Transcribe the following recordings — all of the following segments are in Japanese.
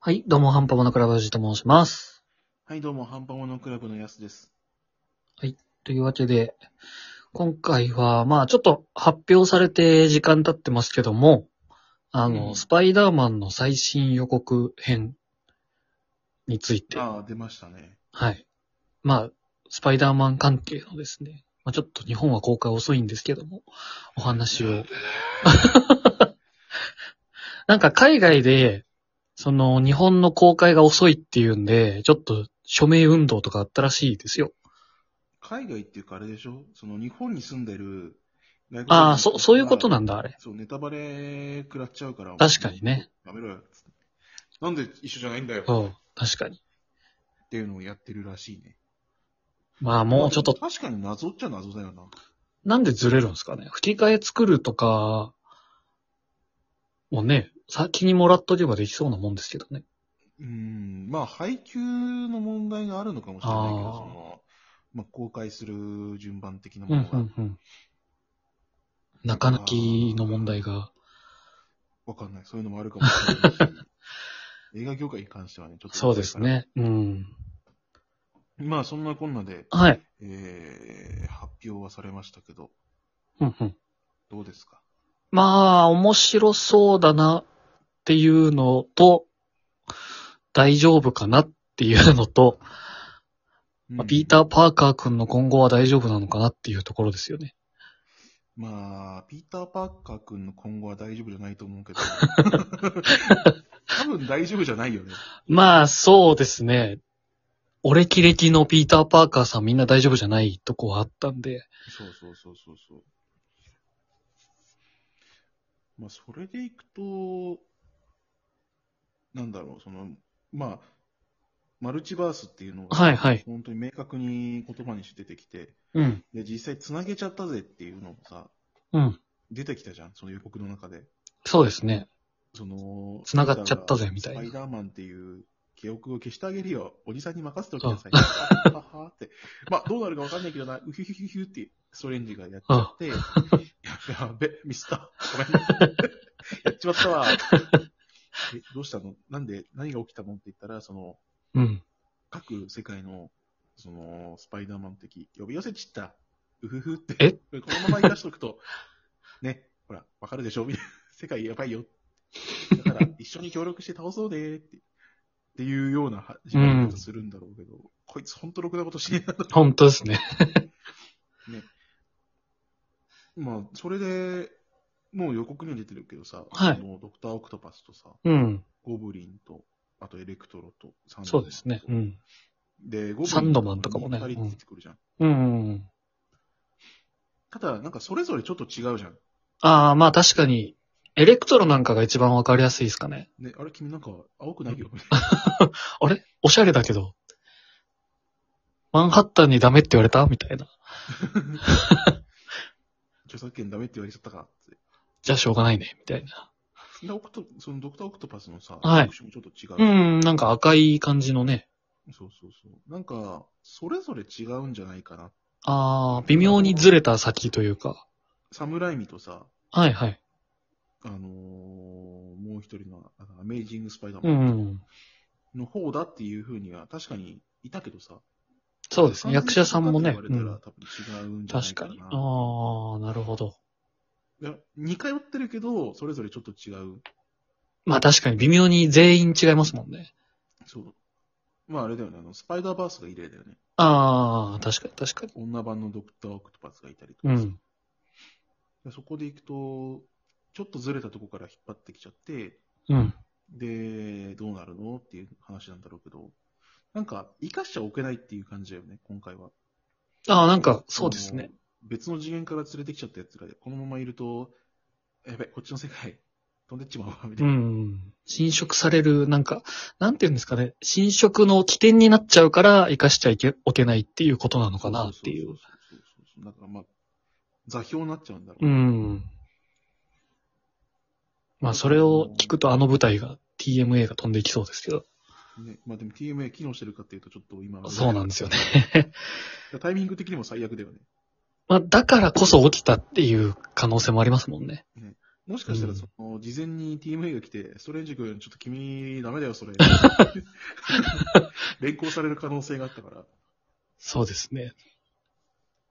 はい、どうも、ハンパモノクラブジと申します。はい、どうも、ハンパモノクラブのやすです。というわけで、今回は、まあ、ちょっと発表されて時間経ってますけども、あの、うんスパイダーマンの最新予告編について、ああ、出ましたね。はい。まあ、スパイダーマン関係のですね、まあ、ちょっと日本は公開遅いんですけども、お話を。なんか海外で、その日本の公開が遅いっていうんで、ちょっと署名運動とかあったらしいですよ。海外っていうかあれでしょその日本に住んでる外国人ああ、そ、そういうことなんんだ、あれ。そう、ネタバレ食らっちゃうから。確かにね。やめろよ、つって。なんで一緒じゃないんだよ。そう、確かに。っていうのをやってるらしいね。まあもうちょっと、確かに謎っちゃ謎だよな。なんでずれるんですかね。吹き替え作るとか、もね、先にもらっとけばできそうなもんですけどね。うーん、まあ、配給の問題があるのかもしれないあけど、ーその、まあ、公開する順番的なうものん、うがん、うん。中抜きの問題が。わかんない。そういうのもあるかもしれな いし。映画業界に関してはね、ちょっと。そうです。ね。うん。まあ、そんなこんなで、はい。えー、発表はされましたけど、うん、うん。どうですかまあ、面白そうだなっていうのと、大丈夫かなっていうのと、まあピーー。ター・パーカー君の今後は大丈夫なのかなっていうところですよね。まあ、ピーター・パッカー君の今後は大丈夫じゃないと思 うけど。多分大丈夫じゃないよね。まあ、そうですね。俺歴歴のピーター・パーカーさんみんな大丈夫じゃないとこはあったんで。そうそうそうそうそう。まあ、それでいくと、なんだろう、その、まあ、マルチバースっていうのが、はいはい本当に明確に言葉にして出てきて、うん。で、実際繋げちゃったぜっていうのもさ、うん。出てきたじゃん、その予告の中で。そうですね。その、繋がっちゃったぜみたいなスパイダーマンっていう記憶を消してあげるよ。おじさんに任せときなさい。はははって。まあ、どうなるかわかんないけどな、うひゅひゅひゅひゅって、ストレンジがやっちゃって、やべ、ミスった。ごめん。やっちまったわ。え、どうしたのなんで、何が起きたのって言ったら、その、うん。各世界の、その、スパイダーマン的、呼び寄せちった。うふふって。えこれこのまま言い出しとくと、 ね、ほら、わかるでしょみ たいな。世界やばいよ。だから、一緒に協力して倒そうねーって。っていうような話うんするんだろうけど、こいつほんとろくなことしねえな。本当ですね。まあ、それで、もう予告には出てるけどさ、はいあのドクター・オクトパスとさ、うん。ゴブリンと、あとエレクトロと、サンドそマうンとですね。うん。で、ゴブリンサンドマンとかもね二人出てくるじゃん。うん。ただ、なんかそれぞれちょっと違うじゃん。ああ、まあ確かに、エレクトロなんかが一番わかりやすいですかね。ね、あれ君なんか青くないよ。あれおしゃれだけど。マンハッタンにダメって言われたみたいな。 著作権ダメって言われちゃったかって。じゃあしょうがないね。みたいな。で、オクト、そのドクターオクトパスのさ、はい特集もちょっと違うう。ん、なんか赤い感じのね。そうそうそう。なんか、それぞれ違うんじゃないかな。ああ、微妙にずれた先というか。サムライミとさ、はいはい。あのーもう一人の、あのアメイジングスパイダーうマンん。の方だっていうふうには、確かにいたけどさ。そうですね。役者さんもね完。う全んに違うかって言われたら多分違うんじゃな確いかかな。に。ああ、なるほど。いや似通ってるけど、それぞれちょっと違う。まあ確かに微妙に全員違いますもんね。そう。まああれだよね、あの、スパイダーバースが異例だよね。ああ、確かに確かに。女版のドクター・オクトパスがいたりとうかさ、ん。でそこで行くと、ちょっとずれたとこから引っ張ってきちゃって、うん。で、どうなるのっていう話なんだろうけど、なんか、生かしちゃおけないっていう感じだよね、今回は。ああ、なんか、そうですね。あの。別の次元から連れてきちゃった奴らで、このままいると、やべ、こっちの世界、飛んでっちまうわ、みたういな。ん。侵食される、なんか、なんていうんですかね。侵食の起点になっちゃうから、生かしちゃいけ、おけないっていうことなのかなっていうそ。そうそうそうそう。だからまあ、座標になっちゃうんだろううね。ん。まあ、それを聞くとあの舞台が、TMA が飛んでいきそうですけど。ね、まあでも TMA 機能してるかっていうと、ちょっと今、そうなんですよね。タイミング的にも最悪だよね。まあ、だからこそ起きたっていう可能性もありますもんね。もしかしたうら、んその、事前に TMA が来て、ストレンジ君、ちょっと君、ダメだよ、それ。連行される可能性があったから。そうですね。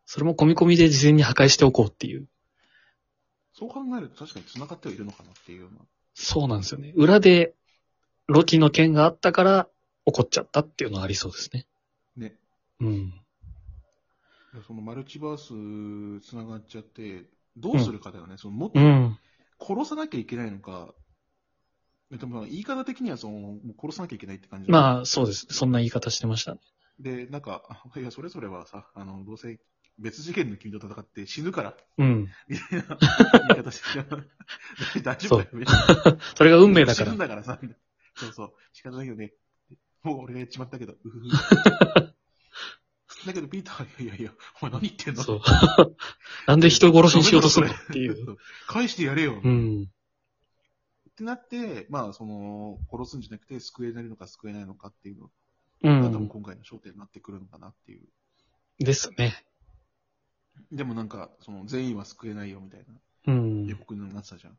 それも込み込みで事前に破壊しておこうっていう。そう考えると確かに繋がってはいるのかなっていうような。そうなんですよね。裏で、ロキの件があったから、怒っちゃったっていうのはありそうですね。ね。うん。そのマルチバース繋がっちゃって、どうするかだよね。その、もっとうん。殺さなきゃいけないのか、でも言い方的にはその、もう殺さなきゃいけないって感じあ。まあ、そうです。そんな言い方してましたね。で、なんか、 あいや、それぞれはさ、あの、どうせ別次元の君と戦って死ぬから、 うん。みたいな言い方してる 大丈夫だよ、別にそれが運命だか死らぬん。だからさ、みたいなそうそう、仕方ないよね。もう俺がやっちまったけど、うふふ。だけど、ピーターは、いやいやいや、お前何言ってんのそう。 なんで人殺しにしようとするのっていう。返してやれよ、うっん。てなって、まあ、その、殺すんじゃなくて、救えないのか救えないのかっていうのうが、多分ん。今回の焦点になってくるのかなっていう。ですね。でもなんか、その、全員は救えないよ、みたいなうん予。告になってたじゃん。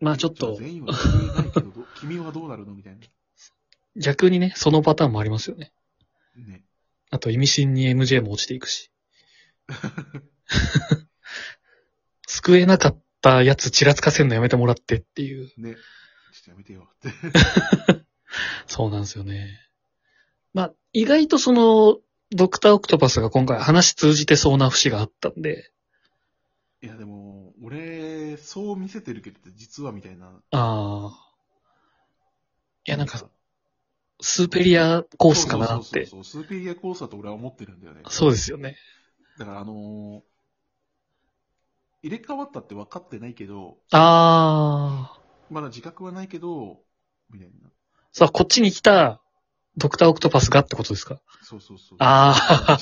まあちょっと、全員は救えないけど、ど君はどうなるのみたいな。逆にね、そのパターンもありますよね。ね。あと、意味深に MJ も落ちていくし。救えなかったやつちらつかせるのやめてもらってっていう。ね。ちょっとやめてよ、って。そうなんですよね。まあ、意外とその、ドクターオクトパスが今回話通じてそうな節があったんで、いや、でも、俺、そう見せてるけど、実はみたいな。ああ。いや、なんか、、スーペリアコースかなっそうて。そうそうそう、スーペリアコースだと俺は思ってるんだよね。そうですよね。だから、あのー入れ替わったって分かってないけど、ああ。まだ自覚はないけど、みたいな。さあ、こっちに来た、ドクターオクトパスがってことですかそうそうそう。あ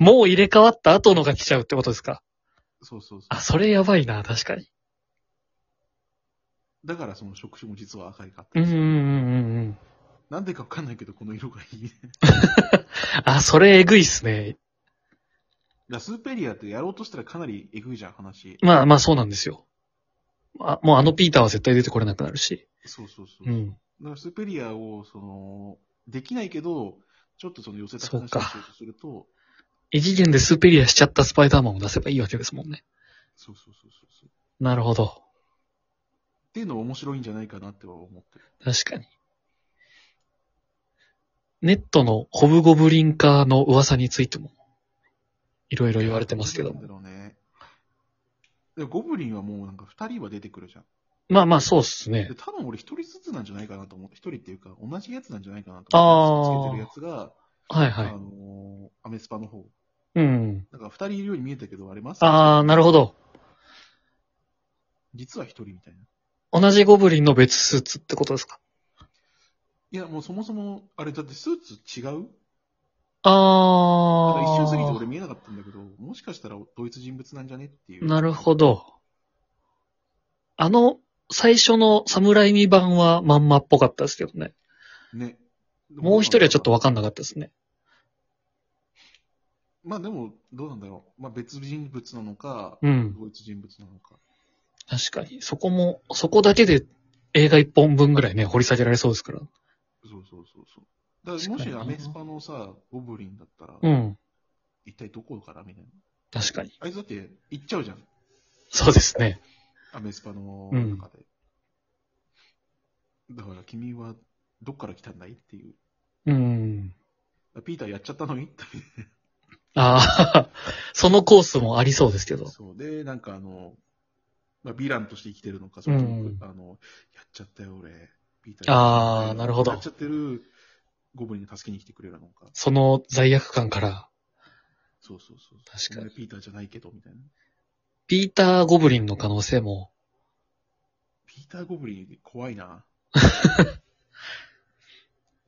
もう入れ替わった後のが来ちゃうってことですか そうそうそう。あ、それやばいな、確かに。だから、その職種も実は赤いかったうんうりんするうんうんうん。なんでか分かんないけど、この色がいいね。だかあ、それえぐいっすね。らスーペリアってやろうとしたらかなりエグいじゃん、話。まあまあそうなんですよ。あもうあのピーターは絶対出てこれなくなるし。そうそうそう。うん。だからスペリアを、その、できないけど、ちょっとその寄せたそう話かをしようとすると、異次元でスーペリアしちゃったスパイダーマンを出せばいいわけですもんね。そうそうそうそうそう。っなるほど。ていうのは面白いんじゃないかなっては思ってる。確かに。ネットのホブゴブリン化の噂についても、いろいろ言われてますけどなもんだ。ろうね。でゴブリンはもうなんか二人は出てくるじゃん。まあまあそうっすねで、。多分俺一人ずつなんじゃないかなと思って、一人っていうか同じやつなんじゃないかなとあー思って、つけてるやつが、はいはあい。のーアメスパの方。うん。なんか二人いるように見えたけど、あれますああ、なるほど。実は一人みたいな。同じゴブリンの別スーツってことですかいや、もうそもそも、あれだってスーツ違うあただあ。一瞬過ぎて俺見えなかったんだけど、もしかしたらドイツ人物なんじゃねっていう。なるほど。ど。あの、最初の侍ミ版はまんまっぽかったですけどね。ね。もう一人はちょっとわかんなかったですね。まあでも、どうなんだろう。まあ別人物なのか、うん。ドイツ人物なのか。確かに。そこも、そこだけで映画一本分ぐらいね、掘り下げられそうですから。そうそうそうそう。だから確もかにしなアメスパのさ、ゴブリンだったら、うん。一体どこからみたいな。確かに。あいつだって行っちゃうじゃん。そうですね。アメスパのうん中で。だから君はどっから来たんだいっていう。うん。ピーターやっちゃったのにってああ、そのコー スもありそうですけど。そうで、なんかあの、まあ、ヴィランとして生きてるのか、それとも、うんあの、やっちゃったよ、俺。ピータあーなるほどやっちゃってる、ゴブリンが助けに来てくれるのか。その罪悪感から、そうそうそう。確かにお前ピーターじゃないけど、みたいな。ピーター・ゴブリンの可能性も、ピーター・ゴブリン、怖いな。だ か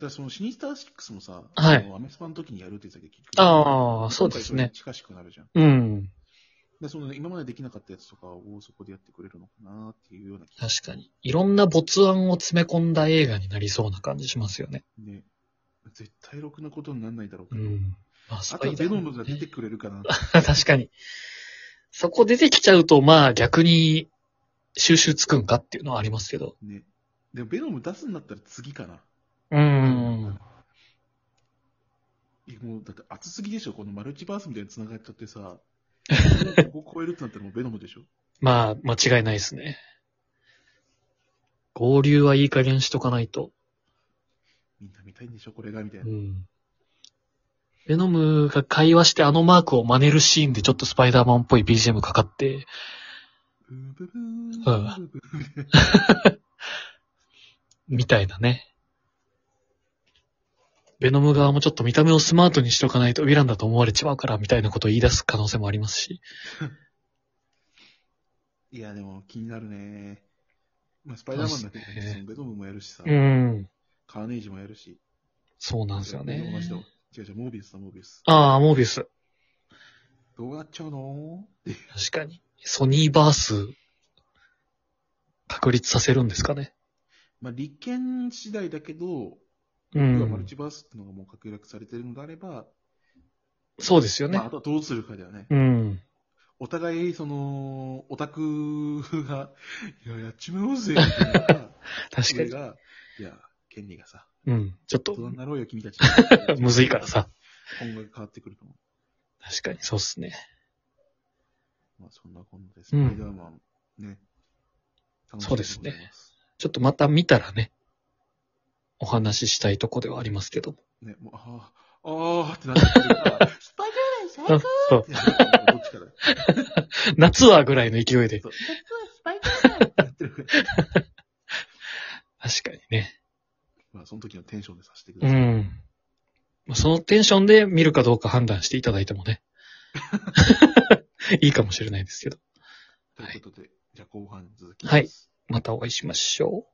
らそのシニスター6もさ、はいあのアメスパの時にやるって言ってたけど、結局あーそうですね今回それに近しくなるじゃん。うん。で、その、今までできなかったやつとかをそこでやってくれるのかなっていうような気が確かに。いろんな没案を詰め込んだ映画になりそうな感じしますよね。ね。絶対ろくなことにならないだろうけうど。ん。まあ、 あとはベノムが出てくれるかな。確かに。そこ出てきちゃうと、まあ逆に収集つくんかっていうのはありますけど。 ね。でも、ベノム出すんだったら次かな。うーん。いやもう、だって熱すぎでしょ、このマルチバースみたいに繋がっちゃっ てさ。ここ超えるってなったらもうベノムでしょ。まあ、間違いないですね。合流はいい加減しとかないと。みんな見たいんでしょ、これが、みたいうな。ん。ベノムが会話してあのマークを真似るシーンでちょっとスパイダーマンっぽい BGM かかって、ブーブーブうーんブーブーみたいなね。ベノム側もちょっと見た目をスマートにしとかないとヴィランだと思われちまうからみたいなことを言い出す可能性もありますし。いや、でも気になるね。まあ、スパイダーマンだけどそうっすねね、そのベノムもやるしさ、ん。カーネージもやるし。そうなんですよね。同じだわ違う違う、モービウスだ、モービウス。ああ、モービウス。どうなっちゃうのって。確かに。ソニーバース、確立させるんですかね。まあ、立件次第だけど、う要はマルん。チバースってのがもう確約されてるのであれば、そうですよねまあ、あ。とはどうするかだよね。うん。お互い、その、オタクが、いや、やっちまおうぜ、みたいな。確か俺に。が、いや、ケンニーがさ、うん。ちょっ大と、人になろうよ、君たち。 むずいからさ。今後が変わってくると思確かに、そうっすね。う。まあ、そんなこんなです。スパうイんダーマン、ね。楽しみそうですねございます。ちょっとまた見たらね、お話ししたいとこではありますけど。ね、もう、ああ、ああってなっちゃってるから、スパイダーマン最高そうってやってるどっちから。夏はぐらいの勢いで。そうスパイダーマンってやってるから。確かにね。まあ、その時のテンションでさせてくうださい。ん。まあそのテンションで見るかどうか判断していただいても ね。いいかもしれないですけど。ということで、じゃあ後半続きはいです。またお会いしましょう。